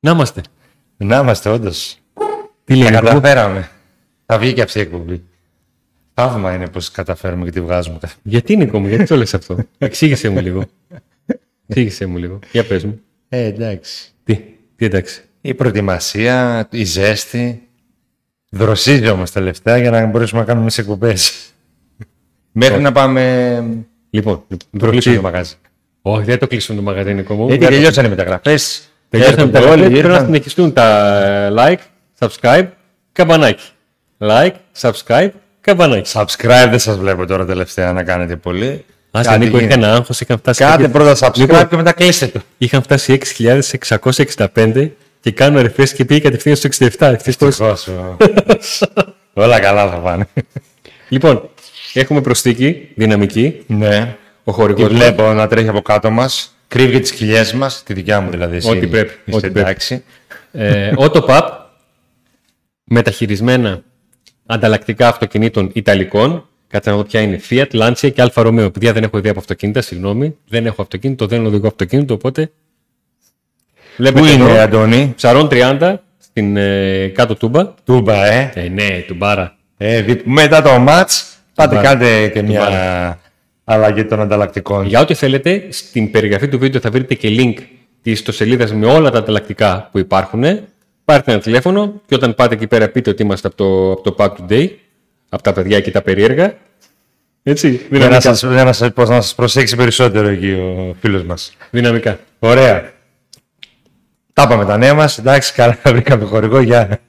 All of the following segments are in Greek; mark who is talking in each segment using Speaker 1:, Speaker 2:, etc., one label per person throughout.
Speaker 1: Να είμαστε.
Speaker 2: Να είμαστε, όντως.
Speaker 1: Τι
Speaker 2: Τα
Speaker 1: λένε, εγώ,
Speaker 2: καταφέραμε. Θα βγει και αυτή η εκπομπή. Θαύμα είναι πώς καταφέρουμε και τη βγάζουμε.
Speaker 1: Γιατί Νίκο μου, γιατί το λες αυτό. Εξήγησέ μου λίγο. Εξήγησέ μου λίγο. Για πες μου.
Speaker 2: Ε, εντάξει.
Speaker 1: Τι, τι εντάξει.
Speaker 2: Η προετοιμασία, η ζέστη. Δροσίζει όμω τελευταία για να μπορέσουμε να κάνουμε τις εκπομπές. Μέχρι να πάμε.
Speaker 1: Λοιπόν,
Speaker 2: Το κλείσουμε το μαγαζί.
Speaker 1: όχι, δεν το κλείσουμε το μαγαζί, Νίκο μου.
Speaker 2: Γιατί
Speaker 1: Δεν το-
Speaker 2: τελειώσαν οι μεταγραφές.
Speaker 1: Τελειώσαμε τα γρήγορα. Πρέπει να συνεχιστούν τα ε, like, subscribe, καμπανάκι. Like, subscribe, καμπανάκι.
Speaker 2: Subscribe δεν σας βλέπω τώρα τελευταία να κάνετε πολύ.
Speaker 1: Άσε,
Speaker 2: Κάτι
Speaker 1: Νίκο,
Speaker 2: γίνεται.
Speaker 1: είχα ένα άγχος, είχαν φτάσει,
Speaker 2: Κάντε
Speaker 1: κάποιοι-
Speaker 2: πρώτα subscribe
Speaker 1: Νίκο.
Speaker 2: και μετά κλείστε το.
Speaker 1: είχαν φτάσει 6.665 και κάνω ρεφές και πήγε κατευθείαν στο 67. Ευτυχώς.
Speaker 2: Δυστυχώς, ο- Όλα καλά θα πάνε.
Speaker 1: Λοιπόν, έχουμε προσθήκη δυναμική.
Speaker 2: ναι.
Speaker 1: Ο
Speaker 2: Τη
Speaker 1: χορηγός μας.
Speaker 2: βλέπω να τρέχει από κάτω μας. Κρύβει και τις κοιλιές μας, τη δικιά μου δηλαδή. εσύ
Speaker 1: Ό,τι πρέπει,
Speaker 2: είστε
Speaker 1: ό,τι πρέπει.
Speaker 2: εντάξει.
Speaker 1: Ε, Autopub, μεταχειρισμένα ανταλλακτικά αυτοκινήτων Ιταλικών. Κάτσε να δω ποια είναι. Fiat, Lancia και Alfa Romeo. Παιδιά δεν έχω ιδέα από αυτοκίνητα, συγγνώμη. Δεν έχω αυτοκίνητο, δεν οδηγώ αυτοκίνητο, οπότε...
Speaker 2: Πού
Speaker 1: Βλέπετε
Speaker 2: είναι,
Speaker 1: εδώ,
Speaker 2: Αντώνη,
Speaker 1: ψαρών 30 στην ε, κάτω τούμπα.
Speaker 2: Τούμπα, ε.
Speaker 1: Ε, ναι, τουμπάρα.
Speaker 2: ε δι- μετά το μάτς, πάτε
Speaker 1: Τούμπα.
Speaker 2: κάντε και
Speaker 1: Τούμπα.
Speaker 2: μια αλλαγή των ανταλλακτικών.
Speaker 1: Για ό,τι θέλετε, στην περιγραφή του βίντεο θα βρείτε και link της ιστοσελίδας με όλα τα ανταλλακτικά που υπάρχουν. Πάρτε ένα τηλέφωνο και όταν πάτε εκεί πέρα πείτε ότι είμαστε από το, από το Pack Today, από τα παιδιά και τα περίεργα. Έτσι,
Speaker 2: Για να
Speaker 1: δυναμικά.
Speaker 2: σας, για να σας, πώς, να σας προσέξει περισσότερο εκεί ο φίλος μας.
Speaker 1: δυναμικά.
Speaker 2: Ωραία. Τα είπαμε τα νέα μας, εντάξει, καλά, βρήκαμε χορηγό, για...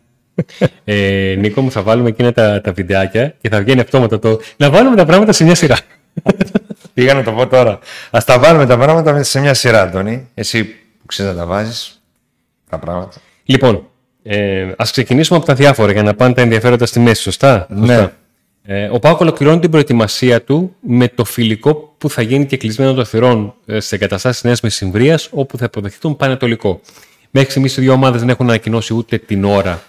Speaker 1: Ε, Νίκο μου, θα βάλουμε εκείνα τα, τα βιντεάκια και θα βγαίνει αυτόματα το. Να βάλουμε τα πράγματα σε μια σειρά.
Speaker 2: Πήγα να το πω τώρα. Ας τα βάλουμε τα πράγματα μέσα σε μια σειρά, Αντώνη. Εσύ που ξέρεις να τα βάζεις τα πράγματα.
Speaker 1: λοιπόν, ε, ας ξεκινήσουμε από τα διάφορα για να πάνε τα ενδιαφέροντα στη μέση, σωστά.
Speaker 2: Ναι.
Speaker 1: Ε, ο Πάοκ ολοκληρώνει την προετοιμασία του με το φιλικό που θα γίνει και κλεισμένο των θυρών ε, σε εγκαταστάσεις Νέας Μεσημβρίας, όπου θα υποδεχτούν Πανετολικό. Μέχρι στιγμής οι δύο ομάδες δεν έχουν ανακοινώσει ούτε την ώρα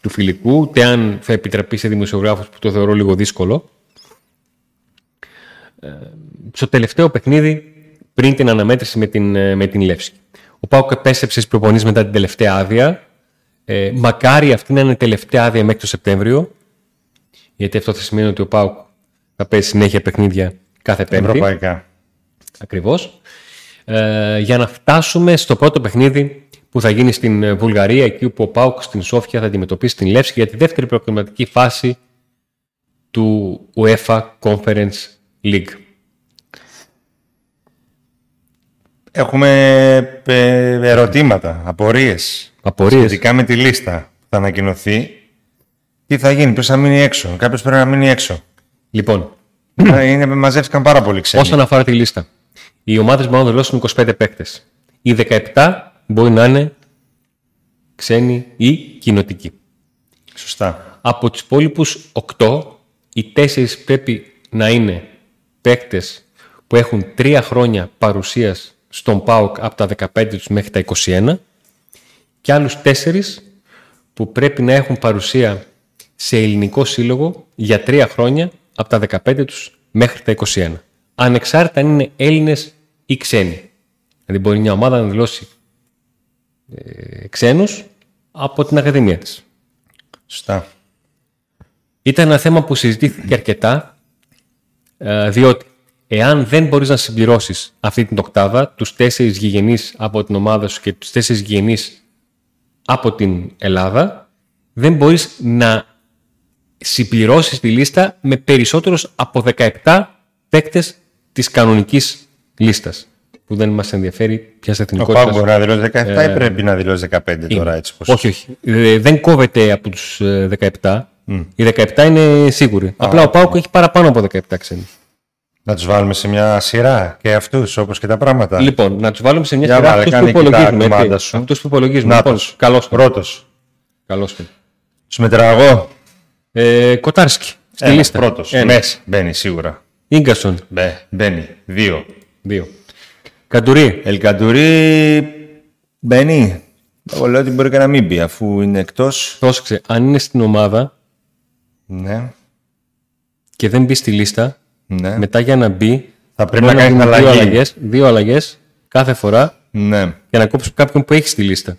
Speaker 1: του φιλικού, ούτε αν θα επιτραπεί σε δημοσιογράφους που το θεωρώ λίγο δύσκολο. Ε, στο τελευταίο παιχνίδι, πριν την αναμέτρηση με την, ε, με την Λεύσκη. Ο Πάοκ επέστρεψε στις προπονεί μετά την τελευταία άδεια. Ε, μακάρι αυτή να είναι τελευταία άδεια μέχρι το Σεπτέμβριο, γιατί αυτό θα σημαίνει ότι ο Πάουκ θα παίζει συνέχεια παιχνίδια κάθε Πέμπτη.
Speaker 2: Ευρωπαϊκά.
Speaker 1: Ακριβώς. Ε, για να φτάσουμε στο πρώτο παιχνίδι που θα γίνει στην ε, Βουλγαρία, εκεί που ο Πάουκ στην Σόφια θα αντιμετωπίσει την Λεύσκη για τη δεύτερη προκριματική φάση του UEFA Conference League.
Speaker 2: Έχουμε ε, ερωτήματα, απορίες.
Speaker 1: Απορίες.
Speaker 2: Ειδικά με τη λίστα που θα ανακοινωθεί. Τι θα γίνει, ποιος θα μείνει έξω. Κάποιος πρέπει να μείνει έξω.
Speaker 1: Λοιπόν,
Speaker 2: Είναι, μαζεύτηκαν πάρα πολύ ξένοι.
Speaker 1: όσον αφορά τη λίστα, οι ομάδες μπορούν να δώσουν 25 παίκτες. Οι 17 μπορεί να είναι ξένοι ή κοινοτικοί.
Speaker 2: Σωστά.
Speaker 1: Από τους υπόλοιπους 8, οι 4 πρέπει να είναι παίκτες που έχουν 3 χρόνια παρουσίας στον ΠΑΟΚ από τα 15 τους μέχρι τα 21 και άλλους 4 που πρέπει να έχουν παρουσία σε ελληνικό σύλλογο για 3 χρόνια από τα 15 τους μέχρι τα 21. Ανεξάρτητα αν είναι Έλληνες ή ξένοι. Δηλαδή μπορεί μια ομάδα να δηλώσει ε, ξένους από την Ακαδημία της.
Speaker 2: Σωστά.
Speaker 1: Ήταν ένα θέμα που συζητήθηκε αρκετά, ε, διότι εάν δεν μπορείς να συμπληρώσεις αυτή την οκτάδα, τους τέσσερις γηγενείς από την ομάδα σου και τους τέσσερις γηγενείς από την Ελλάδα, δεν μπορείς να συμπληρώσεις τη λίστα με περισσότερους από 17 παίκτες της κανονικής λίστας, που δεν μας ενδιαφέρει ποια
Speaker 2: Ο
Speaker 1: εθνικότητα.
Speaker 2: Πάουκ μπορεί να δηλώσει 17
Speaker 1: Ε,
Speaker 2: ή πρέπει να δηλώσει 15 τώρα έτσι. Πώς...
Speaker 1: Όχι, όχι. Ε, Δεν κόβεται από τους 17. Οι 17 είναι σίγουροι. Απλά ο Πάουκ έχει παραπάνω από 17 ξένοι.
Speaker 2: Να τους βάλουμε σε μια σειρά και αυτούς όπως και τα πράγματα.
Speaker 1: Λοιπόν, να τους βάλουμε σε μια
Speaker 2: Για
Speaker 1: σειρά
Speaker 2: βάλε,
Speaker 1: αυτούς που
Speaker 2: κάνε εκεί τα
Speaker 1: υπολογίζουμε. έτσι.
Speaker 2: κομμάτια σου.
Speaker 1: Αυτούς που υπολογίζουμε.
Speaker 2: Να
Speaker 1: Λοιπόν,
Speaker 2: τους.
Speaker 1: καλώς τον.
Speaker 2: Πρώτος.
Speaker 1: Καλώς τον.
Speaker 2: Τους μετράω εγώ.
Speaker 1: Ε, Κοτάρσκι. Στη
Speaker 2: Ένας
Speaker 1: λίστα.
Speaker 2: πρώτος.
Speaker 1: Ένας.
Speaker 2: Μέσα. Μπαίνει σίγουρα.
Speaker 1: Ίγκασον.
Speaker 2: Μπε, μπαίνει. Δύο.
Speaker 1: Δύο. Καντουρί.
Speaker 2: Ελκαντουρί μπαίνει. Εγώ λέω ότι μπορεί και να μην μπει αφού είναι εκτός.
Speaker 1: Πρόσεξε, αν είναι στην ομάδα
Speaker 2: Ναι.
Speaker 1: και δεν μπει στη λίστα,
Speaker 2: ναι.
Speaker 1: μετά για να μπει.
Speaker 2: Θα πρέπει
Speaker 1: μπορεί
Speaker 2: να κάνεις
Speaker 1: γίνουν δύο
Speaker 2: αλλαγή.
Speaker 1: αλλαγές, δύο αλλαγές κάθε φορά
Speaker 2: ναι.
Speaker 1: για να κόψεις κάποιον που έχει στη λίστα.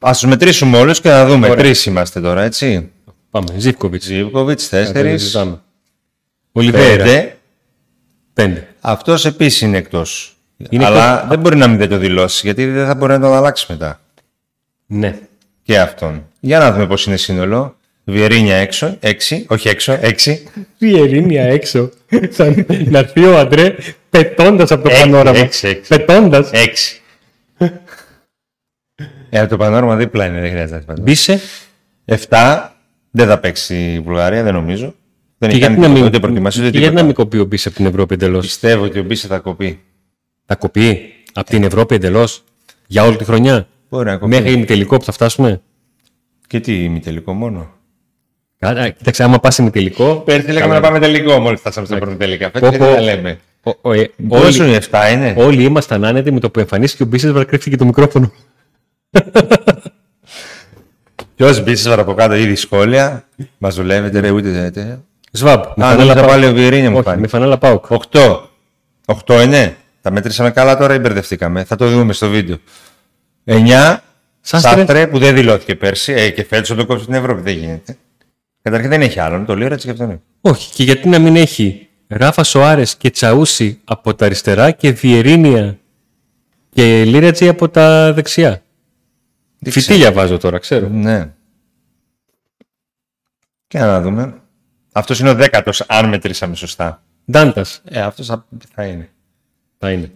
Speaker 2: Ας τους μετρήσουμε όλους και να δούμε. Τρεις είμαστε τώρα, έτσι.
Speaker 1: Πάμε. Ζήπκοβιτ.
Speaker 2: Ζήπκοβιτ, τέσσερι.
Speaker 1: Ολιβέρα. Πέντε.
Speaker 2: Αυτός επίσης είναι εκτός.
Speaker 1: Είναι
Speaker 2: Αλλά δεν μπορεί να μην δεν το δηλώσει, γιατί δεν θα μπορεί να τον αλλάξει μετά.
Speaker 1: Ναι.
Speaker 2: Και αυτόν. Για να δούμε πώς είναι σύνολο. Βιερίνια έξω, έξι, όχι έξω, έξι.
Speaker 1: Η Ερήνια έξω. Σαν να έρθει ο Αντρέ πετώντας από το
Speaker 2: Έξι,
Speaker 1: πανόραμα.
Speaker 2: έξι, έξι.
Speaker 1: Πετώντας.
Speaker 2: Έξι. ε, από το πανόραμα δίπλα είναι, δεν χρειάζεται. να τις πατάω.
Speaker 1: Μπίσε.
Speaker 2: Εφτά. Δεν θα παίξει η Βουλγαρία, δεν νομίζω. Δεν
Speaker 1: Και
Speaker 2: έχει
Speaker 1: γιατί
Speaker 2: κάνει
Speaker 1: να
Speaker 2: τίποτα,
Speaker 1: μην,
Speaker 2: ούτε προετοιμασία ούτε
Speaker 1: και γιατί να
Speaker 2: τίποτα.
Speaker 1: μην κοπεί ο Μπίσε από την Ευρώπη εντελώς.
Speaker 2: Πιστεύω ότι ο Μπίσε θα κοπεί.
Speaker 1: Θα κοπεί από την Ευρώπη εντελώς για όλη τη χρονιά.
Speaker 2: Μπορεί να κοπεί.
Speaker 1: Μέχρι τελικό που θα φτάσουμε.
Speaker 2: Και τι ημιτελικό μόνο.
Speaker 1: Άρα, Κοίταξε, άμα πας με τελικό.
Speaker 2: Πέρσι λέγαμε να πάμε τελικό μόλις φτάσαμε στο πρώτο τελικά. Φέτος
Speaker 1: Πω,
Speaker 2: δεν
Speaker 1: πω.
Speaker 2: τα λέμε.
Speaker 1: Ο- ο- ε,
Speaker 2: Πόσο
Speaker 1: Όλοι,
Speaker 2: είναι 7 είναι.
Speaker 1: όλοι ήμασταν άνετοι με το που εμφανίστηκε ο Μπίσε βαρκρύφθηκε το μικρόφωνο.
Speaker 2: Ποιος μπήσε τώρα από κάτω ήδη σχόλια. Μας δουλεύετε, ρε, ούτε τέτοια.
Speaker 1: Σβάμπ. με
Speaker 2: Α,
Speaker 1: φανέλα
Speaker 2: νόμιζα
Speaker 1: Πάουκ.
Speaker 2: πάλι ο Βιερίνια μου
Speaker 1: Όχι, με
Speaker 2: φάνηκε.
Speaker 1: φανέλα Πάουκ.
Speaker 2: 8. 8 είναι. Τα μετρήσαμε καλά τώρα ή μπερδευτήκαμε. Θα το δούμε στο βίντεο. 9.
Speaker 1: Σάστρε.
Speaker 2: Σάστρε που δεν δηλώθηκε πέρσι. Ε, και φέτος θα το κόψει στην Ευρώπη. Δεν γίνεται. Καταρχήν δεν έχει άλλον. Το λέω έτσι και αυτό είναι.
Speaker 1: Όχι, και γιατί να μην έχει Ράφα Σοάρες και Τσαούσι από τα αριστερά και Βιερίνια και Λίρατζι από τα δεξιά.
Speaker 2: Δεν
Speaker 1: Φυτίλια βάζω τώρα, ξέρω.
Speaker 2: Ναι. Και να δούμε. Αυτός είναι ο δέκατος, αν μετρήσαμε σωστά.
Speaker 1: Ντάντας
Speaker 2: Ε, αυτός θα, θα είναι.
Speaker 1: θα είναι.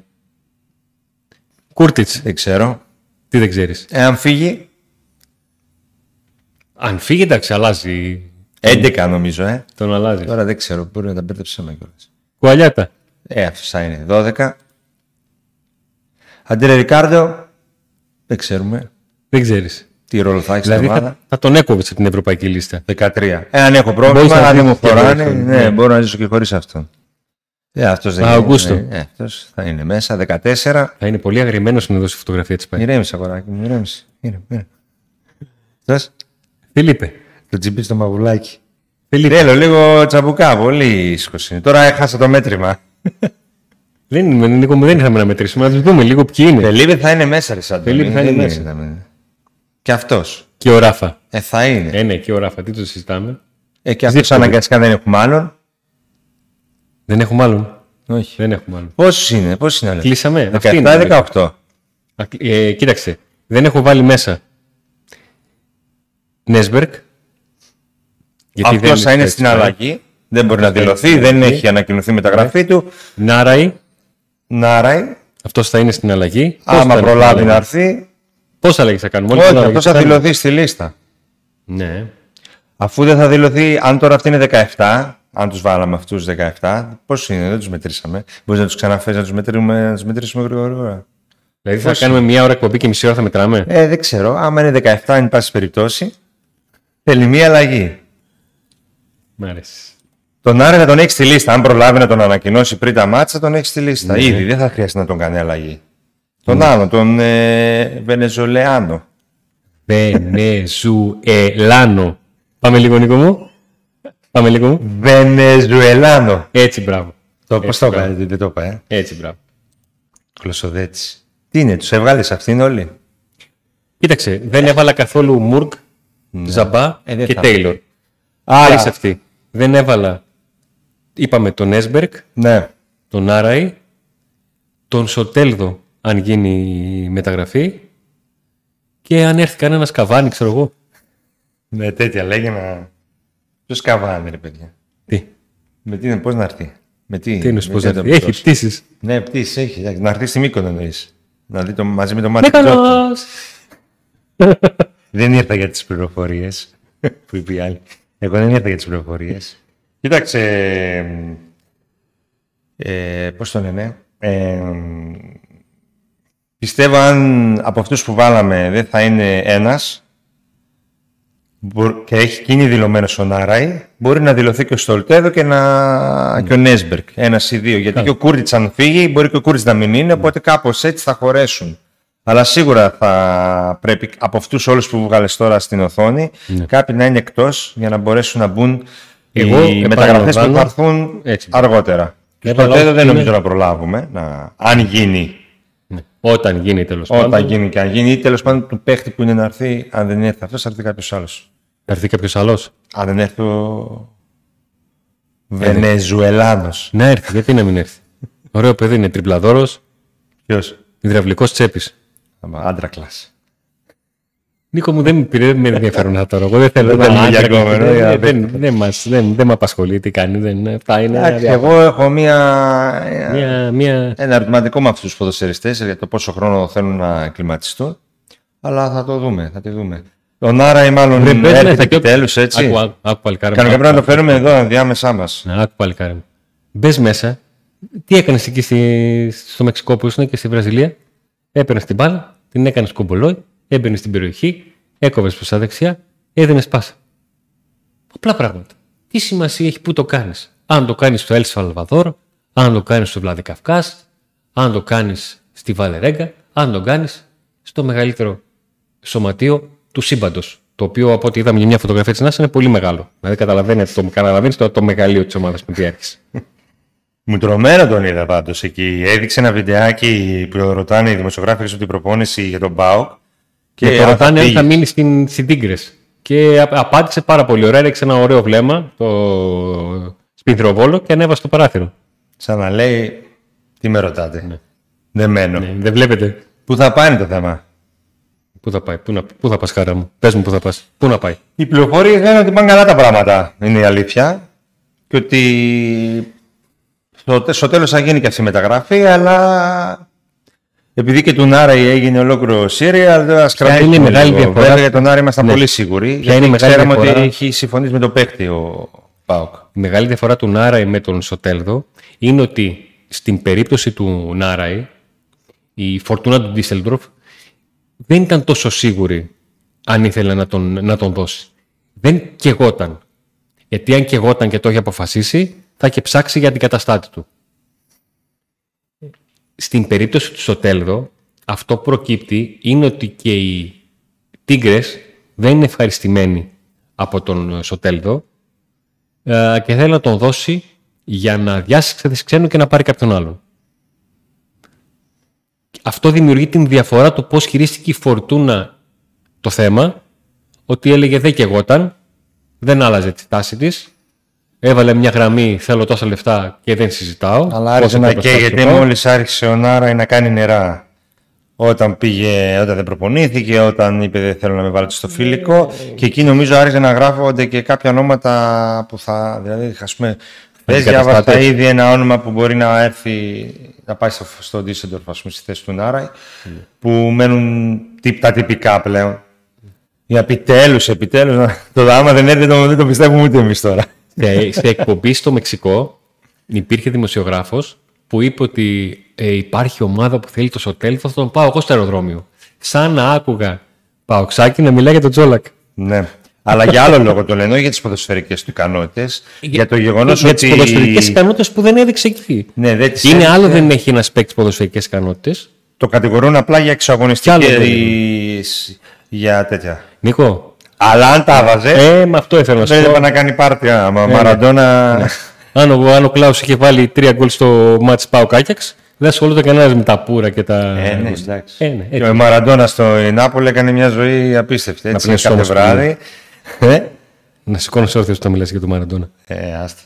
Speaker 1: Κούρτιτ,
Speaker 2: Δεν ξέρω.
Speaker 1: τι δεν ξέρεις.
Speaker 2: Ε, αν φύγει,
Speaker 1: Αν φύγει, εντάξει, αλλάζει.
Speaker 2: 11 νομίζω, ε.
Speaker 1: Τον αλλάζεις.
Speaker 2: Τώρα δεν ξέρω, μπορεί να τα μπέρδεψαμε κιόλας.
Speaker 1: Κουαλιάτα.
Speaker 2: Ε, αυτό θα είναι. 12. Αντρέ Ρικάρντο, δεν ξέρουμε
Speaker 1: Δεν ξέρεις.
Speaker 2: τι ρόλο θα έχει
Speaker 1: Δηλαδή
Speaker 2: στην ομάδα.
Speaker 1: θα, θα τον έκοβες από την ευρωπαϊκή λίστα.
Speaker 2: 13. Ε, αν έχω πρόβλημα,
Speaker 1: να
Speaker 2: αν δεν
Speaker 1: ζήσεις
Speaker 2: μου
Speaker 1: και χωρίς
Speaker 2: χωράνε,
Speaker 1: αυτόν.
Speaker 2: ναι, μπορώ να ζήσω και χωρίς αυτόν. Ε, αυτός δεν
Speaker 1: Α, Αυγούστο.
Speaker 2: Ε, αυτός θα είναι μέσα. 14.
Speaker 1: Θα είναι πολύ αγριμένος να δώσει φωτογραφία της Πάκη.
Speaker 2: Ηρέμησε, αγοράκι μου, ηρέμησε. Ήρεμε, ήρεμε. Θες,
Speaker 1: Φιλίπε.
Speaker 2: το τσιμπί στο μαγουλάκι.
Speaker 1: Φιλίπε.
Speaker 2: Θέλω λίγο τσαμπουκά, πολύ ήσυχος είναι. Τώρα έχασα το μέτρημα.
Speaker 1: Ναι. Δεν, είναι, Νίκο μου, δεν είχαμε να μετρήσουμε, να του δούμε λίγο ποιοι είναι.
Speaker 2: Φελίπε θα είναι μέσα, ρε Σάντο.
Speaker 1: Φελίπε θα είναι
Speaker 2: Δεν
Speaker 1: μέσα.
Speaker 2: ήταν. Και αυτός.
Speaker 1: Και ο Ράφα.
Speaker 2: Ε, θα είναι.
Speaker 1: Ε, ναι, και ο Ράφα, τι το συζητάμε.
Speaker 2: Ε, και αυτός αναγκαστικά δεν έχουμε άλλον.
Speaker 1: Δεν έχουμε άλλον.
Speaker 2: Όχι.
Speaker 1: Δεν έχουμε άλλον.
Speaker 2: Πόσους είναι, πόσους είναι άλλοι.
Speaker 1: Κλείσαμε. Αυτή είναι.
Speaker 2: 17-18.
Speaker 1: Α, κλ- Ε, κοίταξε. Δεν έχω βάλει μέσα. Νέσμπερκ. Γιατί
Speaker 2: Αυτός θα είναι
Speaker 1: έτσι, Ναι.
Speaker 2: στην
Speaker 1: ε.
Speaker 2: αλλαγή. Δεν μπορεί να
Speaker 1: θα
Speaker 2: δηλωθεί,
Speaker 1: είναι στην
Speaker 2: δεν
Speaker 1: αλλαγή.
Speaker 2: έχει ανακοινωθεί μεταγραφή του.
Speaker 1: Νάραη.
Speaker 2: Νάραϊ,
Speaker 1: Αυτός θα είναι στην αλλαγή.
Speaker 2: άμα προλάβει να έρθει.
Speaker 1: Πώς αλλαγή θα κάνουμε. όλες
Speaker 2: Όχι,
Speaker 1: τις αλλαγές
Speaker 2: αυτός θα
Speaker 1: κάνουμε.
Speaker 2: δηλωθεί στη λίστα.
Speaker 1: Ναι.
Speaker 2: Αφού δεν θα δηλωθεί, αν τώρα αυτή είναι 17, αν τους βάλαμε αυτούς 17, πώς είναι, δεν τους μετρήσαμε. Μπορείς να τους ξαναφέρεις να τους μετρήσουμε, να τους μετρήσουμε γρήγορα, γρήγορα.
Speaker 1: Δηλαδή θα κάνουμε μία ώρα εκπομπή και μισή ώρα θα μετράμε.
Speaker 2: Ε, δεν ξέρω. Άμα είναι 17, εν πάση περιπτώσει, θέλει μία αλλαγή.
Speaker 1: Μ' αρέσει.
Speaker 2: Τον Άρα θα τον έχεις στη λίστα. Αν προλάβει να τον ανακοινώσει πριν τα μάτσα, τον έχεις στη λίστα. Ήδη δεν θα χρειάζεται να τον κάνει αλλαγή. Τον άλλο, τον ε, Βενεζολεάνο.
Speaker 1: Βενεζουελάνο. Πάμε λίγο, Νίκο μου. Πάμε λίγο. μου.
Speaker 2: Βενεζουελάνο.
Speaker 1: Έτσι, μπράβο.
Speaker 2: Το πώς το
Speaker 1: καλά.
Speaker 2: είπα, δεν δεν το είπα, ε.
Speaker 1: Έτσι, μπράβο.
Speaker 2: Κλωσοδέτη. Τι είναι, τους έβγαλες αυτήν όλοι.
Speaker 1: Κοίταξε, δεν έβαλα καθόλου Μουρκ, Ζαμπά
Speaker 2: Ε, δεν
Speaker 1: και
Speaker 2: θα.
Speaker 1: Τέιλορ.
Speaker 2: Άρα.
Speaker 1: Τρεις αυτοί. Δεν έβαλα, είπαμε, τον Έσμπερκ,
Speaker 2: Ναι.
Speaker 1: τον Άραη, τον Σοτέλδο, αν γίνει η μεταγραφή και αν έρθει κανένας καβάνι, ξέρω εγώ.
Speaker 2: Ναι, τέτοια λέγαινα. Ποιο καβάνε, ρε παιδιά.
Speaker 1: Τι,
Speaker 2: Με τι είναι, πώς να έρθει. Με τι,
Speaker 1: τι είναι,
Speaker 2: με
Speaker 1: πώς
Speaker 2: τι
Speaker 1: να
Speaker 2: το
Speaker 1: έρθει. Έχει
Speaker 2: πληρώσει.
Speaker 1: πτήσεις.
Speaker 2: Ναι, πτήσεις, έχει. εντάξει, Να έρθει στη Μύκονο εννοείς. Να δει το, μαζί με το
Speaker 1: Ναι,
Speaker 2: μάτι του.
Speaker 1: καλά.
Speaker 2: Δεν ήρθα για τις πληροφορίες που είπε η άλλη. Εγώ δεν ήρθα για τις πληροφορίες. Κοίταξε. Ε, πώς το λένε, ε, πιστεύω αν από αυτούς που βάλαμε δεν θα είναι ένας και έχει γίνει δηλωμένος ο Νάραη, μπορεί να δηλωθεί και ο Στολτέδο και, να...
Speaker 1: Ναι.
Speaker 2: και ο Νέσμπερκ. Ένας ή δύο. Γιατί και ο Κούρτιτ, αν φύγει, μπορεί και ο Κούρτιτ να μην
Speaker 1: Ναι.
Speaker 2: είναι. Οπότε κάπως έτσι θα χωρέσουν. Αλλά σίγουρα θα πρέπει από αυτούς όλους που βγάλες τώρα στην οθόνη,
Speaker 1: Ναι.
Speaker 2: κάποιοι να είναι εκτός για να μπορέσουν να μπουν
Speaker 1: Εγώ
Speaker 2: οι μεταγραφές που
Speaker 1: επαναλαμβάνω,
Speaker 2: θα έρθουν
Speaker 1: έτσι.
Speaker 2: αργότερα.
Speaker 1: Έβαλα
Speaker 2: Στολτέδο
Speaker 1: ό,τι
Speaker 2: δεν
Speaker 1: είναι.
Speaker 2: νομίζω να προλάβουμε. Να... Αν γίνει
Speaker 1: Ναι. Όταν γίνει τέλος πάντων.
Speaker 2: Όταν γίνει και αν γίνει, ή τέλος πάντων του παίχτη που είναι να έρθει, αν δεν έρθει αυτός, θα έρθει κάποιος άλλος.
Speaker 1: Θα έρθει κάποιος άλλος.
Speaker 2: Αν δεν έρθει ο.
Speaker 1: Ε, ναι.
Speaker 2: Βενεζουελάνος.
Speaker 1: Να έρθει, γιατί να μην έρθει. Ωραίο παιδί είναι τριπλαδόρος,
Speaker 2: Ποιος.
Speaker 1: υδραυλικός τσέπης.
Speaker 2: Άντρα κλάση.
Speaker 1: Νίκο μου, δεν με πήρε- δεν με ενδιαφέρουν αυτά τώρα. Εγώ δεν θέλω
Speaker 2: Δεν
Speaker 1: να
Speaker 2: θέλουμε για
Speaker 1: άντρα,
Speaker 2: ακόμα,
Speaker 1: δεν-
Speaker 2: ναι, για
Speaker 1: δεν- Δεν μας- δεν- δεν με απασχολεί τι κάνει. δεν- Αυτά είναι.
Speaker 2: Εντάξει, ε,
Speaker 1: αδιά-
Speaker 2: εγώ έχω μία.
Speaker 1: Μια, μια...
Speaker 2: Ένα ερωτηματικό με αυτούς τους ποδοσφαιριστέ για το πόσο χρόνο θέλουν να κλιματιστούν. Αλλά θα το δούμε, θα τη δούμε. Ο Νάρα, μάλλον
Speaker 1: Ρε, πες, ναι,
Speaker 2: έρχεται
Speaker 1: θα-
Speaker 2: επιτέλου έτσι.
Speaker 1: Άκου, άκου, άκου, παλικάρι μου, άκου,
Speaker 2: Κανονικά πρέπει να το φέρουμε εδώ ενδιάμεσά μας.
Speaker 1: Ναι, άκου παλικάρι μου. Μπες μέσα. Τι έκανες εκεί στη- στο Μεξικό που ήσουν και στη Βραζιλία. Έπαιρνες την μπάλα, την έκανες κομπολόι, έμπαινες στην περιοχή, έκοβες προς τα δεξιά, έδινες πάσα. Απλά πράγματα. Τι σημασία έχει που το κάνεις. Αν το κάνεις στο Ελ Σαλβαδόρ, αν το κάνεις στο Βλαδικαυκάς, αν το κάνεις στη Βαλερέγκα, αν το κάνεις στο μεγαλύτερο σωματείο του σύμπαντος. Το οποίο από ό,τι είδαμε για μια φωτογραφία της ΝΑΣΑ είναι πολύ μεγάλο. Δηλαδή καταλαβαίνετε το, καταλαβαίνεις το, το μεγαλείο της ομάδας με τι άρχισε.
Speaker 2: Μουτρωμένο τον είδα πάντως εκεί. Έδειξε ένα βιντεάκι που ρωτάνε οι δημοσιογράφοι για την προπόνηση για τον Μπάουκ.
Speaker 1: Και, το
Speaker 2: αν
Speaker 1: ρωτάνε αν
Speaker 2: φύγεις.
Speaker 1: θα μείνει στην, στην Τίγκρες. Και α- απάντησε πάρα πολύ ωραία. Έριξε ένα ωραίο βλέμμα το σπινθροβόλο και ανέβασε το παράθυρο.
Speaker 2: Σαν να λέει, τι με ρωτάτε. Δεν μένω.
Speaker 1: Ναι, δεν βλέπετε.
Speaker 2: Πού θα πάει είναι το θέμα.
Speaker 1: Πού θα πάει, πού, να, πού θα πας χαρά μου. Πες μου πού θα πας. Πού να πάει.
Speaker 2: Οι πληροφορίες λένε ότι πάνε καλά τα πράγματα. Είναι η αλήθεια. Και ότι στο, τε- στο τέλος θα γίνει και αυτή η μεταγραφή, αλλά επειδή και του Νάρα έγινε ολόκληρο Σύρια, δεν θα
Speaker 1: είναι
Speaker 2: κρατήσουμε.
Speaker 1: η μεγάλη
Speaker 2: λίγο.
Speaker 1: διαφορά?
Speaker 2: Βέβαια, για τον Νάρα ήμασταν
Speaker 1: Ναι.
Speaker 2: πολύ σίγουροι.
Speaker 1: Ποια είναι η μεγάλη
Speaker 2: ξέραμε ότι
Speaker 1: διαφορά?
Speaker 2: έχει συμφωνήσει με τον παίκτη ο Πάοκ.
Speaker 1: Η μεγάλη διαφορά του Νάραη με τον Σοτέλδο είναι ότι στην περίπτωση του Νάραη η φορτούνα του Ντίσελντροφ δεν ήταν τόσο σίγουρη αν ήθελε να τον, να τον δώσει. Δεν κεγόταν. Γιατί αν κεγόταν και το είχε αποφασίσει, θα είχε ψάξει για την καταστάτη του. Στην περίπτωση του Σοτέλδο, αυτό που προκύπτει είναι ότι και οι Τίγκρες δεν είναι ευχαριστημένοι από τον Σοτέλδο ε, και θέλει να τον δώσει για να διάσει ξένο ξένου και να πάρει κάποιον άλλον. Αυτό δημιουργεί την διαφορά του πώς χειρίστηκε η Φορτούνα το θέμα, ότι έλεγε δεν και εγώταν, δεν άλλαζε τη τάση της, έβαλε μια γραμμή θέλω τόσα λεφτά και δεν συζητάω.
Speaker 2: Αλλά άρχισε
Speaker 1: Πόσο
Speaker 2: να
Speaker 1: το
Speaker 2: καίγεται
Speaker 1: προστατευτικό.
Speaker 2: μόλις άρχισε ο Νάρα να κάνει νερά. Όταν πήγε, όταν δεν προπονήθηκε, όταν είπε δεν θέλω να με βάλετε στο φιλικό. Και εκεί νομίζω άρχισε να γράφονται και κάποια ονόματα που θα. Δηλαδή, ας πούμε, δεν διάβασα
Speaker 1: Αντικαταστάτες.
Speaker 2: ήδη ένα όνομα που μπορεί να έρθει να πάει στο, στο Ντίσσεντορφ, ας πούμε, στη θέση του Νάρα, που μένουν τυ- τα τυπικά πλέον. Επιτέλους, επιτέλους, το άμα δεν έρθει, το- δεν το πιστεύουμε ούτε εμείς τώρα.
Speaker 1: σε, σε Ε, εκπομπή στο Μεξικό υπήρχε δημοσιογράφος που είπε ότι ε, υπάρχει ομάδα που θέλει το Σοτέλ, θα τον πάω εγώ στο αεροδρόμιο. Σαν να άκουγα Παοξάκη να μιλάει για τον Τζόλακ.
Speaker 2: Ναι. Αλλά για άλλο λόγο το λένε, όχι για τις ποδοσφαιρικές του ικανότητες. Για, το γεγονός
Speaker 1: Για τις
Speaker 2: ότι.
Speaker 1: ποδοσφαιρικές ικανότητες που δεν έδειξε εκεί.
Speaker 2: Ναι, δεν τις
Speaker 1: Είναι
Speaker 2: έδειξε.
Speaker 1: άλλο δεν έχει ένας παίκτης ποδοσφαιρικές ικανότητες.
Speaker 2: Το κατηγορούν απλά για
Speaker 1: Κι άλλο το
Speaker 2: εξωαγωνιστικέ. Για τέτοια.
Speaker 1: Νίκο,
Speaker 2: Αλλά αν τα βάζες,
Speaker 1: ε, με αυτό ήθελα να
Speaker 2: δεν
Speaker 1: σου πω.
Speaker 2: έπρεπε να κάνει πάρτι. Άμα Μαραντόνα.
Speaker 1: Αν ο, αν ο Κλάους είχε βάλει τρία γκολ στο μάτς Πάο Κάκιαξ, δεν ασχολούνται κανένας με τα πουρα και τα...
Speaker 2: Ε, ναι, εντάξει.
Speaker 1: Ε, ναι,
Speaker 2: Και
Speaker 1: έτσι.
Speaker 2: ο Μαραντόνα στο Νάπολη έκανε μια ζωή απίστευτη. Έτσι,
Speaker 1: πνίσεις
Speaker 2: κάθε
Speaker 1: όμως το
Speaker 2: βράδυ. Ε,
Speaker 1: Να σηκώνεις όρθιος όταν μιλάς για τον Μαραντόνα.
Speaker 2: Ε, άστα.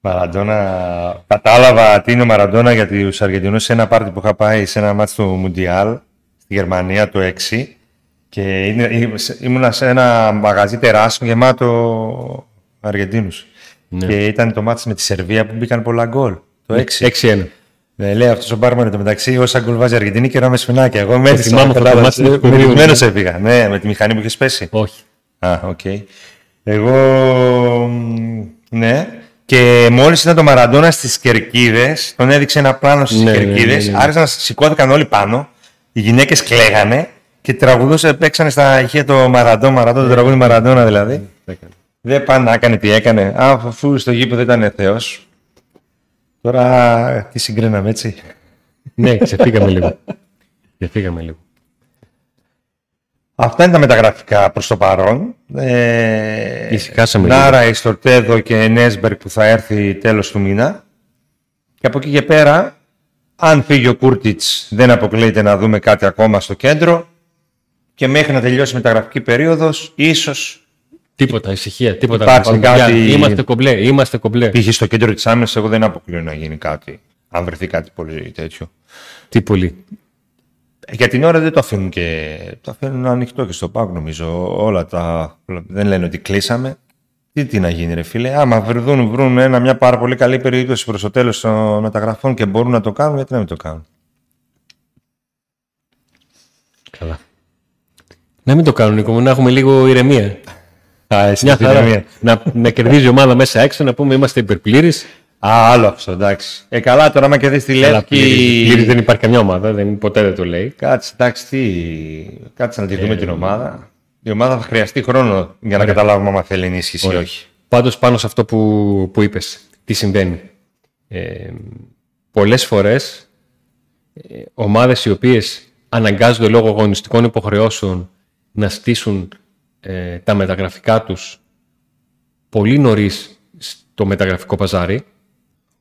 Speaker 2: Μαραντόνα. Κατάλαβα τι είναι ο Μαραντόνα για τους Αργεντινούς σε ένα πάρτι που είχα πάει σε ένα μάτσο του Μουντιάλ στη Γερμανία το 6. Και είναι- ήμ- σε- ήμουνα σε ένα μαγαζί τεράστιο γεμάτο Αργεντίνους.
Speaker 1: Ναι.
Speaker 2: Και ήταν το μάτσο με τη Σερβία που μπήκαν πολλά γκολ. Το 6.
Speaker 1: 6-1.
Speaker 2: Ε, λέει αυτός ο μπάρμαν το μεταξύ, όσα γκολ βάζει η Αργεντινή και με σφινάκια. Εγώ με
Speaker 1: Ε, θυμάμαι αυτό το μάτς, είναι πολύ ωραίο.
Speaker 2: Μερισμένο έφυγα. Ναι, με τη μηχανή που είχες πέσει.
Speaker 1: Όχι.
Speaker 2: Α, οκ. Εγώ, μ, ναι. Και μόλις ήταν το Μαραντόνα στις Κερκίδες, τον έδειξε ένα πλάνο στις
Speaker 1: Ναι, ναι,
Speaker 2: Κερκίδες,
Speaker 1: ναι, ναι,
Speaker 2: άρχισαν να σηκώθηκαν όλοι πάνω, οι γυναίκες κλαίγανε και τραγουδούσε, παίξανε στα ηχεία το Μαραντό, Μαραντό,
Speaker 1: Ναι.
Speaker 2: το τραγούδι Μαραντόνα δηλαδή. Δεν πάνε να έκανε τι έκανε. Α, αφού στο γήπεδο ήταν θεός. Τώρα τι συγκρίναμε έτσι.
Speaker 1: ναι, ξεφύγαμε λίγο. Ξεφύγαμε λίγο.
Speaker 2: Αυτά είναι τα μεταγραφικά προς το παρόν. Ε,
Speaker 1: Ησυχάσαμε λίγο.
Speaker 2: Νάρα, Ιστορτέδο και Νέσμπεργκ που θα έρθει τέλος του μήνα. Και από εκεί και πέρα, Αν φύγει ο Κούρτιτ, δεν αποκλείεται να δούμε κάτι ακόμα στο κέντρο. Και μέχρι να τελειώσει η μεταγραφική περίοδος, ίσως
Speaker 1: Τίποτα, ησυχία, τίποτα.
Speaker 2: Υπάρχει
Speaker 1: να πάρουμε.
Speaker 2: κάτι-
Speaker 1: Είμαστε κομπλέ, είμαστε κομπλέ.
Speaker 2: π.χ. στο κέντρο της άμυνα, εγώ δεν αποκλείω να γίνει κάτι. Αν βρεθεί κάτι πολύ τέτοιο.
Speaker 1: Τι πολύ.
Speaker 2: Για την ώρα δεν το αφήνουν και. Το αφήνουν ανοιχτό και στο πάγο νομίζω. Όλα τα. Δεν λένε ότι κλείσαμε. Τι, τι να γίνει, ρε φίλε. Άμα βρουν, βρουν ένα, μια πάρα πολύ καλή περίπτωση προς το τέλος των μεταγραφών και μπορούν να το κάνουν, γιατί να μην το κάνουν.
Speaker 1: Καλά. Να μην το κάνουν, Νίκο μου, να έχουμε λίγο ηρεμία.
Speaker 2: Α, εσύ
Speaker 1: Μια χαρά. να, να κερδίζει η ομάδα μέσα έξω, να πούμε είμαστε υπερπλήρεις.
Speaker 2: Α, άλλο αυτό, εντάξει. Ε, καλά τώρα, άμα και δει τη
Speaker 1: Πλήρη
Speaker 2: Λεύκη.
Speaker 1: δεν υπάρχει καμιά ομάδα, δεν, ποτέ δεν το λέει.
Speaker 2: Κάτσε, εντάξει, τι. Κάτσε να τη δούμε την ομάδα. Η ομάδα θα χρειαστεί χρόνο για να καταλάβουμε αν θέλει ενίσχυση ή όχι.
Speaker 1: Πάντως πάνω σε αυτό που, που είπες, τι συμβαίνει. Ε, Πολλές φορές ε, ομάδες οι οποίες αναγκάζονται λόγω αγωνιστικών υποχρεώσεων να στήσουν ε, τα μεταγραφικά τους πολύ νωρίς στο μεταγραφικό παζάρι.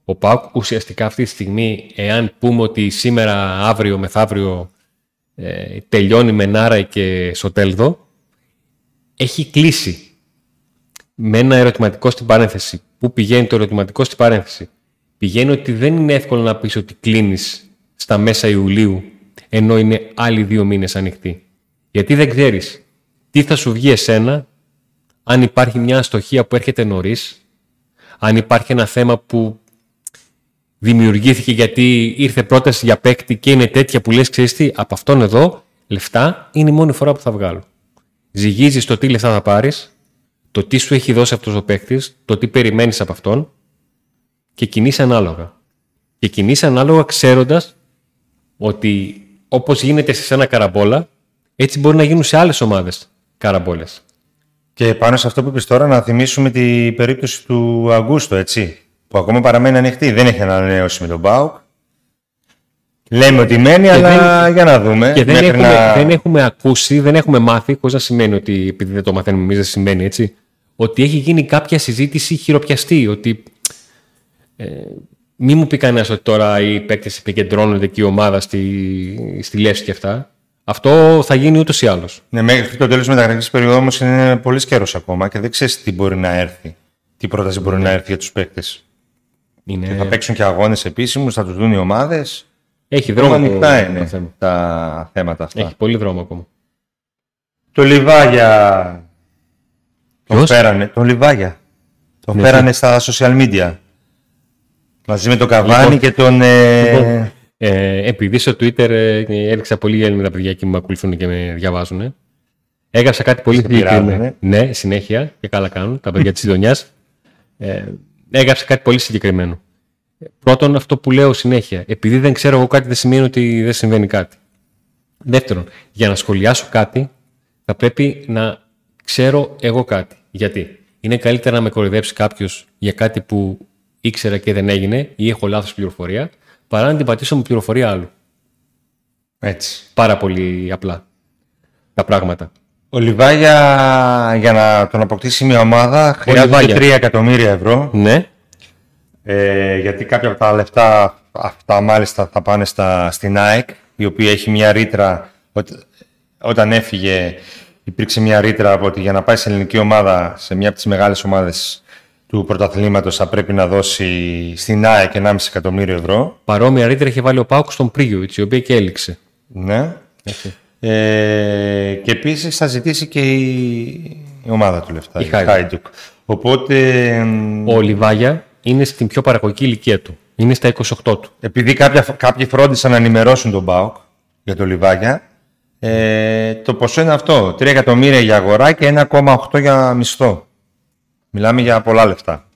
Speaker 1: Ο ΠΑΟΚ ουσιαστικά αυτή τη στιγμή, εάν πούμε ότι σήμερα, αύριο, μεθαύριο ε, τελειώνει με Νάρα και Σοτέλδο, έχει κλείσει με ένα ερωτηματικό στην παρένθεση. Πού πηγαίνει το ερωτηματικό στην παρένθεση. Πηγαίνει ότι δεν είναι εύκολο να πεις ότι κλείνεις στα μέσα Ιουλίου ενώ είναι άλλοι δύο μήνες ανοιχτοί. Γιατί δεν ξέρεις τι θα σου βγει εσένα αν υπάρχει μια αστοχία που έρχεται νωρίς, αν υπάρχει ένα θέμα που δημιουργήθηκε γιατί ήρθε πρόταση για παίκτη και είναι τέτοια που λες ξέρεις τι, από αυτόν εδώ λεφτά είναι η μόνη φορά που θα βγάλω. Ζυγίζεις το τι λεφτά θα πάρεις, το τι σου έχει δώσει αυτός ο παίκτης, το τι περιμένεις από αυτόν και κινείσαι ανάλογα. Και κινείσαι ανάλογα ξέροντας ότι όπως γίνεται σε ένα καραμπόλα, έτσι μπορεί να γίνουν σε άλλες ομάδες καραμπόλες.
Speaker 2: Και πάνω σε αυτό που είπες τώρα, να θυμίσουμε την περίπτωση του Αγκούστο, έτσι. Που ακόμα παραμένει ανοιχτή. Δεν έχει ανανέωση με τον Μπάουκ. Λέμε ότι μένει, αλλά για να δούμε.
Speaker 1: Και Ε, δεν
Speaker 2: Μέχρι
Speaker 1: έχουμε,
Speaker 2: να-
Speaker 1: δεν έχουμε ακούσει, δεν έχουμε μάθει, χωρίς να σημαίνει ότι επειδή δεν το μαθαίνουμε εμείς δεν σημαίνει έτσι, ότι έχει γίνει κάποια συζήτηση χειροπιαστή, ότι ε, μη μου πει κανένας ότι τώρα οι παίκτες επικεντρώνονται και η ομάδα στη, στη λεύση και αυτά. Αυτό θα γίνει ούτως ή άλλως.
Speaker 2: Ναι, μέχρι το τέλος της μεταγραφική περίοδου όμως είναι πολύς καιρός ακόμα και δεν ξέρεις τι μπορεί να έρθει. Τι πρόταση μπορεί
Speaker 1: Ναι.
Speaker 2: να έρθει για τους παίκτες. Θα
Speaker 1: Είναι...
Speaker 2: παίξουν και αγώνες επίσημους, θα τους δουν οι ομάδες.
Speaker 1: Έχει δρόμο το-
Speaker 2: Ανοιχτά
Speaker 1: το θέμα.
Speaker 2: είναι τα θέματα αυτά.
Speaker 1: Έχει πολύ δρόμο ακόμα.
Speaker 2: Το Λιβάγια. Τον
Speaker 1: Ποιος?
Speaker 2: φέρανε. Το Λιβάγια. Τον
Speaker 1: Ναι,
Speaker 2: φέρανε στα social media. Μαζί με τον Καβάνη
Speaker 1: Λοιπόν.
Speaker 2: και τον. ε,
Speaker 1: Ε, επειδή στο Twitter ε, έριξα πολύ Έλληνα παιδιά και με ακολουθούν και με διαβάζουν. ε. Έγραψα κάτι πολύ συγκεκριμένο.
Speaker 2: πειράζουνε.
Speaker 1: Ναι, συνέχεια και καλά κάνουν τα παιδιά της Συντονιά. Ε, έγραψα κάτι πολύ συγκεκριμένο. Πρώτον, αυτό που λέω συνέχεια. Επειδή δεν ξέρω εγώ κάτι, δεν σημαίνει ότι δεν συμβαίνει κάτι. Δεύτερον, για να σχολιάσω κάτι, θα πρέπει να ξέρω εγώ κάτι. Γιατί είναι καλύτερα να με κοροϊδέψει κάποιος για κάτι που ήξερα και δεν έγινε ή έχω λάθος πληροφορία, παρά να την πατήσω με πληροφορία άλλου.
Speaker 2: Έτσι.
Speaker 1: Πάρα πολύ απλά τα πράγματα.
Speaker 2: Ο Λιβάγια για να τον αποκτήσει μια ομάδα χρειάζεται
Speaker 1: Λιβάγια.
Speaker 2: 3 εκατομμύρια ευρώ.
Speaker 1: Ναι.
Speaker 2: Ε, γιατί κάποια από τα λεφτά αυτά μάλιστα θα πάνε στα, στην ΑΕΚ, η οποία έχει μια ρήτρα. ότι- όταν έφυγε, υπήρξε μια ρήτρα από ότι για να πάει σε ελληνική ομάδα, σε μια από τις μεγάλες ομάδες του πρωταθλήματος, θα πρέπει να δώσει στην ΑΕΚ 1,5 εκατομμύριο ευρώ.
Speaker 1: Παρόμοια ρήτρα είχε βάλει ο Πάουκ στον Πρίγιουιτ, η οποία και έληξε.
Speaker 2: Ναι. Ε, και επίσης θα ζητήσει και η, η ομάδα του λεφτά,
Speaker 1: Η Hajduk.
Speaker 2: Οπότε, εμ,
Speaker 1: Ο Λιβάγια είναι στην πιο παραγωγική ηλικία του. Είναι στα 28 του.
Speaker 2: επειδή κάποια, κάποιοι φρόντισαν να ενημερώσουν τον ΠΑΟΚ για το Λιβάγια, ε, το ποσό είναι αυτό. 3 εκατομμύρια για αγορά και 1,8 για μισθό. Μιλάμε για πολλά λεφτά.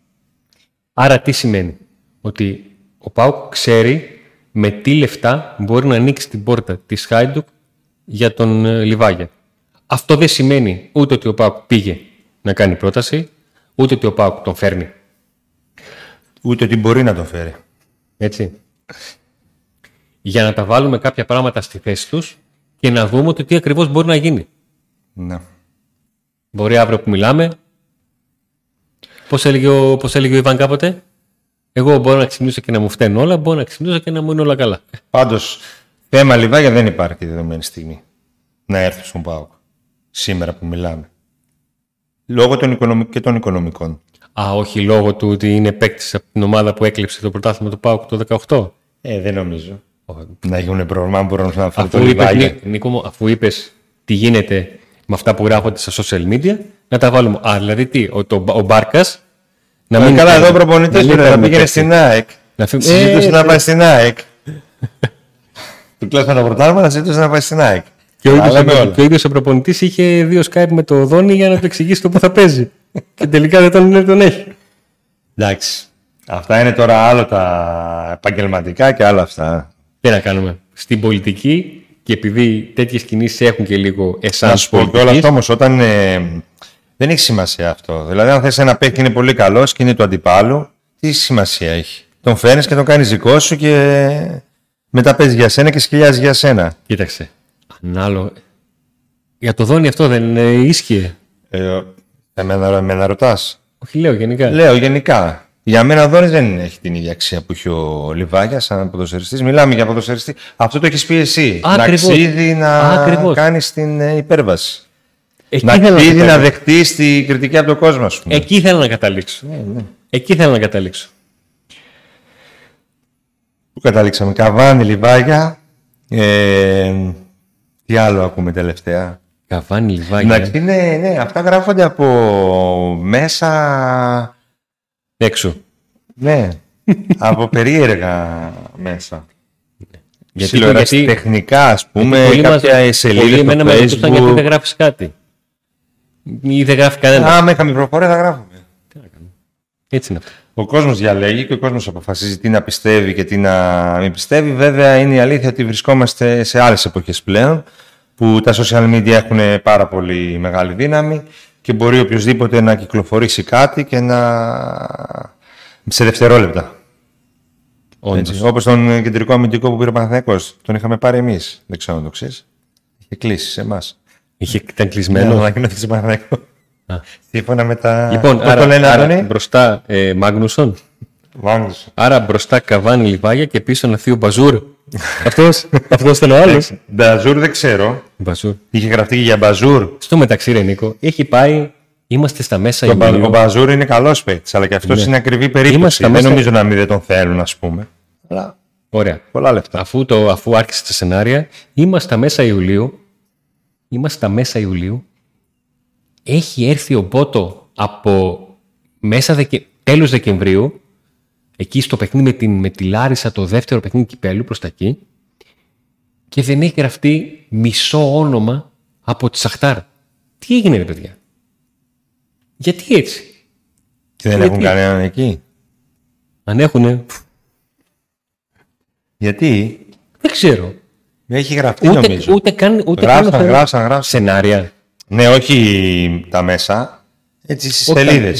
Speaker 1: Άρα τι σημαίνει. Ότι ο Πάουκ ξέρει με τι λεφτά μπορεί να ανοίξει την πόρτα της Χάιντουκ για τον ε, Λιβάγια. Αυτό δεν σημαίνει ούτε ότι ο Πάουκ πήγε να κάνει πρόταση, ούτε ότι ο Πάουκ τον φέρνει.
Speaker 2: Ούτε ότι μπορεί να το φέρει.
Speaker 1: Έτσι. Για να τα βάλουμε κάποια πράγματα στη θέση τους και να δούμε ότι τι ακριβώς μπορεί να γίνει.
Speaker 2: Ναι.
Speaker 1: Μπορεί αύριο που μιλάμε. Πώς έλεγε, ο- πώς έλεγε ο Ιβάν κάποτε, Εγώ μπορώ να ξυπνήσω και να μου φταίνουν όλα, μπορώ να ξυπνήσω και να μου είναι όλα καλά.
Speaker 2: Πάντως, θέμα Λιβάγια δεν υπάρχει δεδομένη στιγμή να έρθει στον Πάοκ σήμερα που μιλάμε. Λόγω των οικονομικών και των οικονομικών.
Speaker 1: Α, όχι λόγω του ότι είναι παίκτης από την ομάδα που έκλεψε το πρωτάθλημα του Πάουκ το 18.
Speaker 2: Ε, δεν νομίζω. Να γίνουν πρόβλημα, μπορούν να φέρουν το
Speaker 1: Αφού είπες,
Speaker 2: Λιβάγια.
Speaker 1: Νί- Νίκο μου, αφού είπες τι γίνεται με αυτά που γράφονται στα social media, να τα βάλουμε. Α, δηλαδή τι, ο, το, ο Μπάρκας να
Speaker 2: Ε, καλά,
Speaker 1: παίρνει-
Speaker 2: εδώ ο
Speaker 1: να
Speaker 2: προπονητή
Speaker 1: μην
Speaker 2: να
Speaker 1: παίρνει
Speaker 2: πήγαινε
Speaker 1: παίκτη.
Speaker 2: στην ΑΕΚ.
Speaker 1: Να φύγει-
Speaker 2: Συζήτησε
Speaker 1: Ε,
Speaker 2: να πάει στην ΑΕΚ. Του κλέψανε το πρωτάθλημα, να ζήτησε να πάει στην ΑΕΚ.
Speaker 1: Και ο
Speaker 2: Τα λέμε
Speaker 1: ίδιος,
Speaker 2: όλα.
Speaker 1: και ο ίδιος ο προπονητής είχε δύο Skype με το Δόνι για να του εξηγήσει το που θα παίζει. και τελικά δεν τον, δεν τον έχει.
Speaker 2: Εντάξει. Αυτά είναι τώρα άλλο τα επαγγελματικά και άλλα αυτά.
Speaker 1: Τι να κάνουμε. Στην πολιτική και επειδή τέτοιες κινήσεις έχουν και λίγο
Speaker 2: Να
Speaker 1: εσάς
Speaker 2: σου πω και όλας
Speaker 1: πολιτικής,
Speaker 2: αυτό όμως, όταν. ε, δεν έχει σημασία αυτό. Δηλαδή, αν θες ένα παίκτη και είναι πολύ καλός και είναι του αντιπάλου, τι σημασία έχει. Τον φέρνεις και τον κάνεις δικό σου και μετά παίζεις για σένα και σκυλιάζεις για σένα.
Speaker 1: Κοίταξε. Ανάλογα. Για το Δόνι αυτό δεν ε, ίσχυε.
Speaker 2: Ε, εμένα, εμένα ρωτάς.
Speaker 1: Όχι, λέω γενικά.
Speaker 2: Ε. Λέω γενικά. Για μένα ο Δόνης δεν έχει την ίδια αξία που είχε ο Λιβάγια σαν ποδοσφαιριστής. Μιλάμε για ποδοσφαιριστή. Αυτό το έχεις πει εσύ.
Speaker 1: Ακριβώς.
Speaker 2: Να ξύδι να
Speaker 1: Ακριβώς.
Speaker 2: κάνεις την ε, υπέρβαση.
Speaker 1: Εκεί
Speaker 2: Να
Speaker 1: ήθελα
Speaker 2: ξύδι να
Speaker 1: καταλήξω.
Speaker 2: δεχτείς την κριτική από τον κόσμο, ας πούμε.
Speaker 1: Εκεί ήθελα να καταλήξω. Ναι, Εκεί ήθελα να καταλήξω.
Speaker 2: Πού καταλήξαμε. Καβάνι, Λιβάγια. Ε, τι άλλο ακούμε τελευταία.
Speaker 1: Καβάνι, λιβάγια.
Speaker 2: Εντάξει, ναι, ναι, αυτά γράφονται από μέσα.
Speaker 1: Έξω.
Speaker 2: Ναι, από περίεργα μέσα.
Speaker 1: Γιατί-
Speaker 2: Γιατί,
Speaker 1: γιατί-
Speaker 2: τεχνικά, ας πούμε,
Speaker 1: Πολλοί μας-
Speaker 2: κάποια
Speaker 1: πολλοί
Speaker 2: σελίδα
Speaker 1: εμένα
Speaker 2: στο
Speaker 1: με ρωτούσαν γιατί δεν
Speaker 2: facebook.
Speaker 1: γράφεις κάτι. Ή δεν γράφει κανένα.
Speaker 2: Α, με χαμηλοφορία θα γράφουμε.
Speaker 1: Έτσι είναι αυτό.
Speaker 2: Ο κόσμος διαλέγει και ο κόσμος αποφασίζει τι να πιστεύει και τι να μην πιστεύει. Βέβαια, είναι η αλήθεια ότι βρισκόμαστε σε άλλες εποχές πλέον που τα social media έχουν πάρα πολύ μεγάλη δύναμη και μπορεί οποιοδήποτε να κυκλοφορήσει κάτι και να. σε δευτερόλεπτα.
Speaker 1: Όντως.
Speaker 2: Όπως τον κεντρικό αμυντικό που πήρε ο Παναθηναϊκός. Τον είχαμε πάρει εμείς. Δεν ξέρω αν το ξέρεις. Είχε κλείσει σε εμάς.
Speaker 1: Είχε, ήταν
Speaker 2: Μένω
Speaker 1: κλεισμένο.
Speaker 2: να ανακοινώθηκε στον Παναθηναϊκό. Σύμφωνα με τα.
Speaker 1: λοιπόν,
Speaker 2: Πώς το
Speaker 1: άρα,
Speaker 2: λένε,
Speaker 1: άρα
Speaker 2: Αντώνη?
Speaker 1: μπροστά ε, Μάγνουσον.
Speaker 2: Μάγνουσον.
Speaker 1: Άρα μπροστά Καβάνι, λιβάγια και πίσω ένα θείο Μπαζούρ. αυτός, αυτός ήταν ο άλλος.
Speaker 2: Μπαζούρ δεν ξέρω.
Speaker 1: Μπαζούρ.
Speaker 2: Είχε γραφτεί και για Μπαζούρ.
Speaker 1: Στο μεταξύ, ρε Νίκο, έχει πάει. Είμαστε στα μέσα
Speaker 2: Ο, Μπα-
Speaker 1: Ιουνίου.
Speaker 2: ο Μπαζούρ είναι καλός παίκτης, αλλά και αυτός είναι ακριβή περίπτωση.
Speaker 1: Είμαστε στα
Speaker 2: δεν
Speaker 1: μέσα-
Speaker 2: νομίζω να μην δεν τον θέλουν, ας πούμε. Αλλά
Speaker 1: Ωραία.
Speaker 2: πολλά λεφτά.
Speaker 1: Αφού, το, αφού άρχισε τα σενάρια, είμαστε στα μέσα Ιουλίου. Είμαστε στα μέσα Ιουλίου. Έχει έρθει ο Μπότο από μέσα Δεκε... τέλος Δεκεμβρίου, εκεί στο παιχνίδι με, την, με τη Λάρισα, το δεύτερο παιχνίδι κυπέλου προς τα εκεί, και δεν έχει γραφτεί μισό όνομα από τη Σαχτάρ. Τι έγινε ρε παιδιά. Γιατί έτσι.
Speaker 2: Και δεν
Speaker 1: Γιατί?
Speaker 2: έχουν κανέναν εκεί.
Speaker 1: Αν έχουνε, πφ,
Speaker 2: Γιατί
Speaker 1: δεν ξέρω.
Speaker 2: έχει γραφτεί
Speaker 1: Ούτε,
Speaker 2: νομίζω.
Speaker 1: ούτε καν. Ούτε
Speaker 2: γράψαν,
Speaker 1: καν
Speaker 2: γράψαν, γράψαν.
Speaker 1: Σενάρια.
Speaker 2: Ναι, όχι τα μέσα. Έτσι στις
Speaker 1: Όταν-
Speaker 2: σελίδες.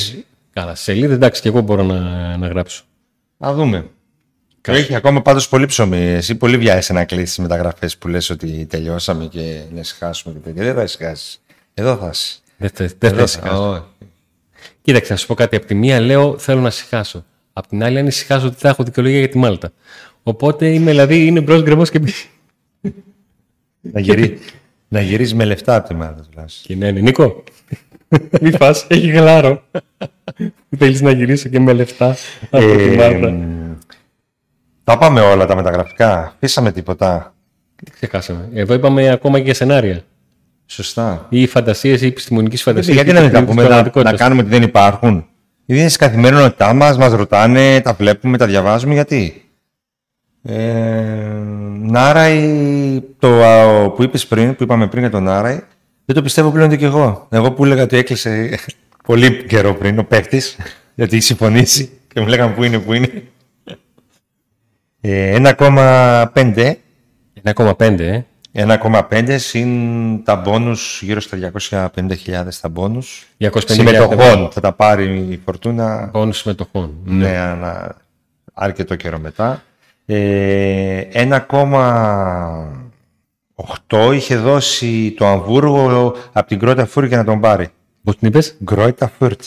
Speaker 1: Καλά, σελίδες εντάξει, και εγώ μπορώ να, να γράψω.
Speaker 2: Να δούμε.
Speaker 1: Κάτσε.
Speaker 2: Έχει ακόμα πάντως πολύ ψωμί. Εσύ πολύ βιάζεσαι να κλείσεις τις μεταγραφές που λες ότι τελειώσαμε και να ησυχάσουμε και τέτοια. Δεν θα ησυχάσεις. Εδώ θα είσαι.
Speaker 1: Δεν θε. Δεν
Speaker 2: Εδώ
Speaker 1: θες
Speaker 2: θα-
Speaker 1: κάτι.
Speaker 2: όχι.
Speaker 1: Κοίταξε, να σου πω κάτι. Απ' τη μία λέω θέλω να συχάσω. Απ' την άλλη, αν συχάσω, δεν θα έχω δικαιολογία για τη Μάλτα. Οπότε είμαι, δηλαδή, είναι μπρος γκρεμό και μπεις.
Speaker 2: Να, γυρί... να γυρίζεις με λεφτά από τη μάτα τουλάχιστον.
Speaker 1: Και ναι, ναι, Νίκο. Μη φά, έχει γλάρο. Θέλεις να γυρίσω και με λεφτά από τη Μάλτα.
Speaker 2: Ε, μ, τα πάμε όλα τα μεταγραφικά. Πήσαμε τίποτα.
Speaker 1: Τι ξεχάσαμε. Εδώ είπαμε ακόμα και για σενάρια.
Speaker 2: Σωστά.
Speaker 1: Ή φαντασίες ή επιστημονικής φαντασία.
Speaker 2: Ε, Γιατί να μην τα πούμε, να, να κάνουμε ότι δεν υπάρχουν. Γιατί είναι στην καθημερινότητά μας, μας ρωτάνε, τα βλέπουμε, τα διαβάζουμε. Γιατί. Ε, Νάραη, το α, ο- που είπες πριν, που είπαμε πριν για τον Νάραη, δεν το πιστεύω πλέον ούτε κι εγώ. Εγώ που έλεγα ότι έκλεισε πολύ καιρό πριν ο παίχτη, γιατί έχει συμφωνήσει και μου λέγανε που είναι, που είναι. Ε, 1,5
Speaker 1: 1,5, ε.
Speaker 2: 1,5 συν τα μπόνους γύρω στα 250.000 τα μπόνους
Speaker 1: 250.000
Speaker 2: συμμετοχών θα τα πάρει η Φορτούνα
Speaker 1: Πόνου συμμετοχών.
Speaker 2: ναι, ανα- αρκετό καιρό μετά ε, 1,8 είχε δώσει το Αμβούργο από την Κρότα Φούρτ για να τον πάρει
Speaker 1: Πώς την είπες,
Speaker 2: Κρότα Φούρτ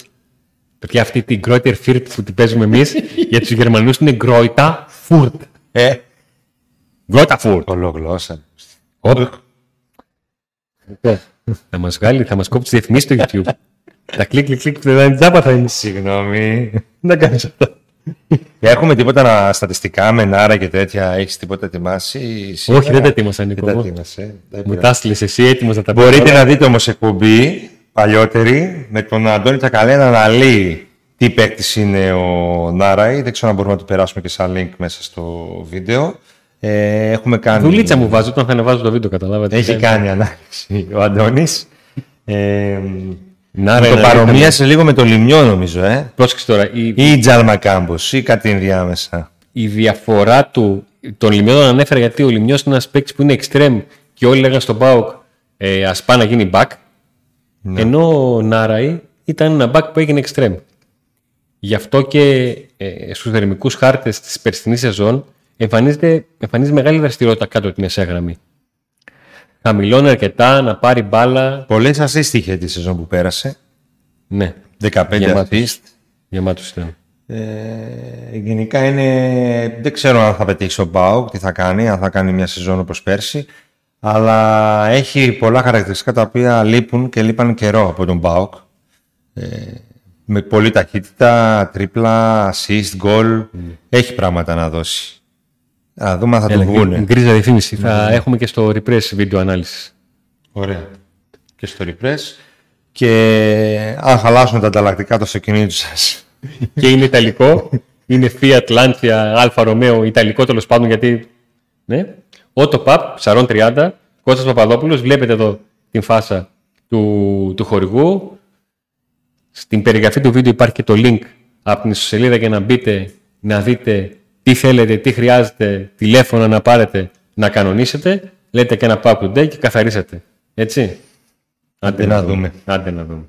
Speaker 1: Παιδιά, αυτή την Greuther Fürth που την παίζουμε εμείς για τους Γερμανούς είναι Greuther Fürth.
Speaker 2: Ε,
Speaker 1: Greuther Fürth.
Speaker 2: Ολογλώσσα.
Speaker 1: Οπ.
Speaker 2: Ναι.
Speaker 1: Θα μας βγάλει, θα μας κόψει τις διαφημίσει στο YouTube. Τα κλικ, κλικ, κλικ, δεν είναι τζάμπα θα είναι.
Speaker 2: Συγγνώμη.
Speaker 1: Να κάνεις αυτά.
Speaker 2: Έχουμε τίποτα να- στατιστικά με Νάρα και τέτοια. Έχεις τίποτα ετοιμάσει. σήμερα?
Speaker 1: Όχι, δεν τα ετοίμασα, Νίκο.
Speaker 2: Δεν τα
Speaker 1: Εγώ.
Speaker 2: ετοίμασες. Δεν
Speaker 1: Μου
Speaker 2: πειράζει.
Speaker 1: τα έστειλες εσύ έτοιμος να τα πω.
Speaker 2: Μπορείτε
Speaker 1: τώρα.
Speaker 2: να δείτε όμως εκπομπή παλιότερη με τον Αντώνη Τσακαλέ να αναλύει τι παίκτης είναι ο Νάραη. Δεν ξέρω αν μπορούμε να το περάσουμε και σαν link μέσα στο βίντεο. Ε, έχουμε κάνει.
Speaker 1: Δουλίτσα μου βάζω όταν θα ανεβάζω το βίντεο, καταλάβατε. Ε,
Speaker 2: Έχει κάνει ανάλυση ο Αντώνης. Ε,
Speaker 1: Να ρε,
Speaker 2: το
Speaker 1: να
Speaker 2: παρομοίασε λίγο με το λιμιό, νομίζω, ε.
Speaker 1: Πρόσεξε τώρα, η,
Speaker 2: Ή Τζάλμα Κάμπος ή κάτι ενδιάμεσα.
Speaker 1: η διαφορά του. Τον Λιμιό τον ανέφερα γιατί ο Λιμιός είναι ένας παίκτης που είναι extreme και όλοι λέγανε στον Μπάουκ ε, ας πάει να γίνει back. Ενώ ο Νάραη ήταν ένα back που έγινε extreme. Γι' αυτό και ε, στους δερμικού χάρτες της περσινής σεζόν εμφανίζεται, εμφανίζει μεγάλη δραστηριότητα κάτω από τη μεσαία γραμμή. Χαμηλώνει αρκετά, να πάρει μπάλα.
Speaker 2: Πολλές assist είχε τη σεζόν που πέρασε.
Speaker 1: Ναι,
Speaker 2: 15 assist.
Speaker 1: Γεμάτος. γεμάτος ήταν.
Speaker 2: Ε, γενικά είναι. Δεν ξέρω αν θα πετύχει ο Μπάουκ, τι θα κάνει, αν θα κάνει μια σεζόν όπως πέρσι. Αλλά έχει πολλά χαρακτηριστικά τα οποία λείπουν και λείπαν καιρό από τον Μπάουκ. Ε, με πολλή ταχύτητα, τρίπλα, assist, goal. Έχει πράγματα να δώσει. Να δούμε αν θα του βγουν.
Speaker 1: Γκρίζα διαφήμιση. Θα έχουμε και στο repress βίντεο ανάλυσης.
Speaker 2: Ωραία. Και στο repress. Και αν χαλάσουν τα ανταλλακτικά του αυτοκινήτου σας.
Speaker 1: και είναι ιταλικό. είναι Fiat Lancia Alfa Romeo, ιταλικό τέλος πάντων γιατί. Ναι. Auto Pub, ψαρών 30. Κώστας Παπαδόπουλος, βλέπετε εδώ την φάσα του, του χορηγού. Στην περιγραφή του βίντεο υπάρχει και το link από την ιστοσελίδα για να μπείτε, να δείτε τι θέλετε, τι χρειάζεται, τηλέφωνα να πάρετε, να κανονίσετε. Λέτε και ένα pack today και καθαρίσατε. Έτσι. Άντε
Speaker 2: να δούμε.
Speaker 1: Άντε να δούμε.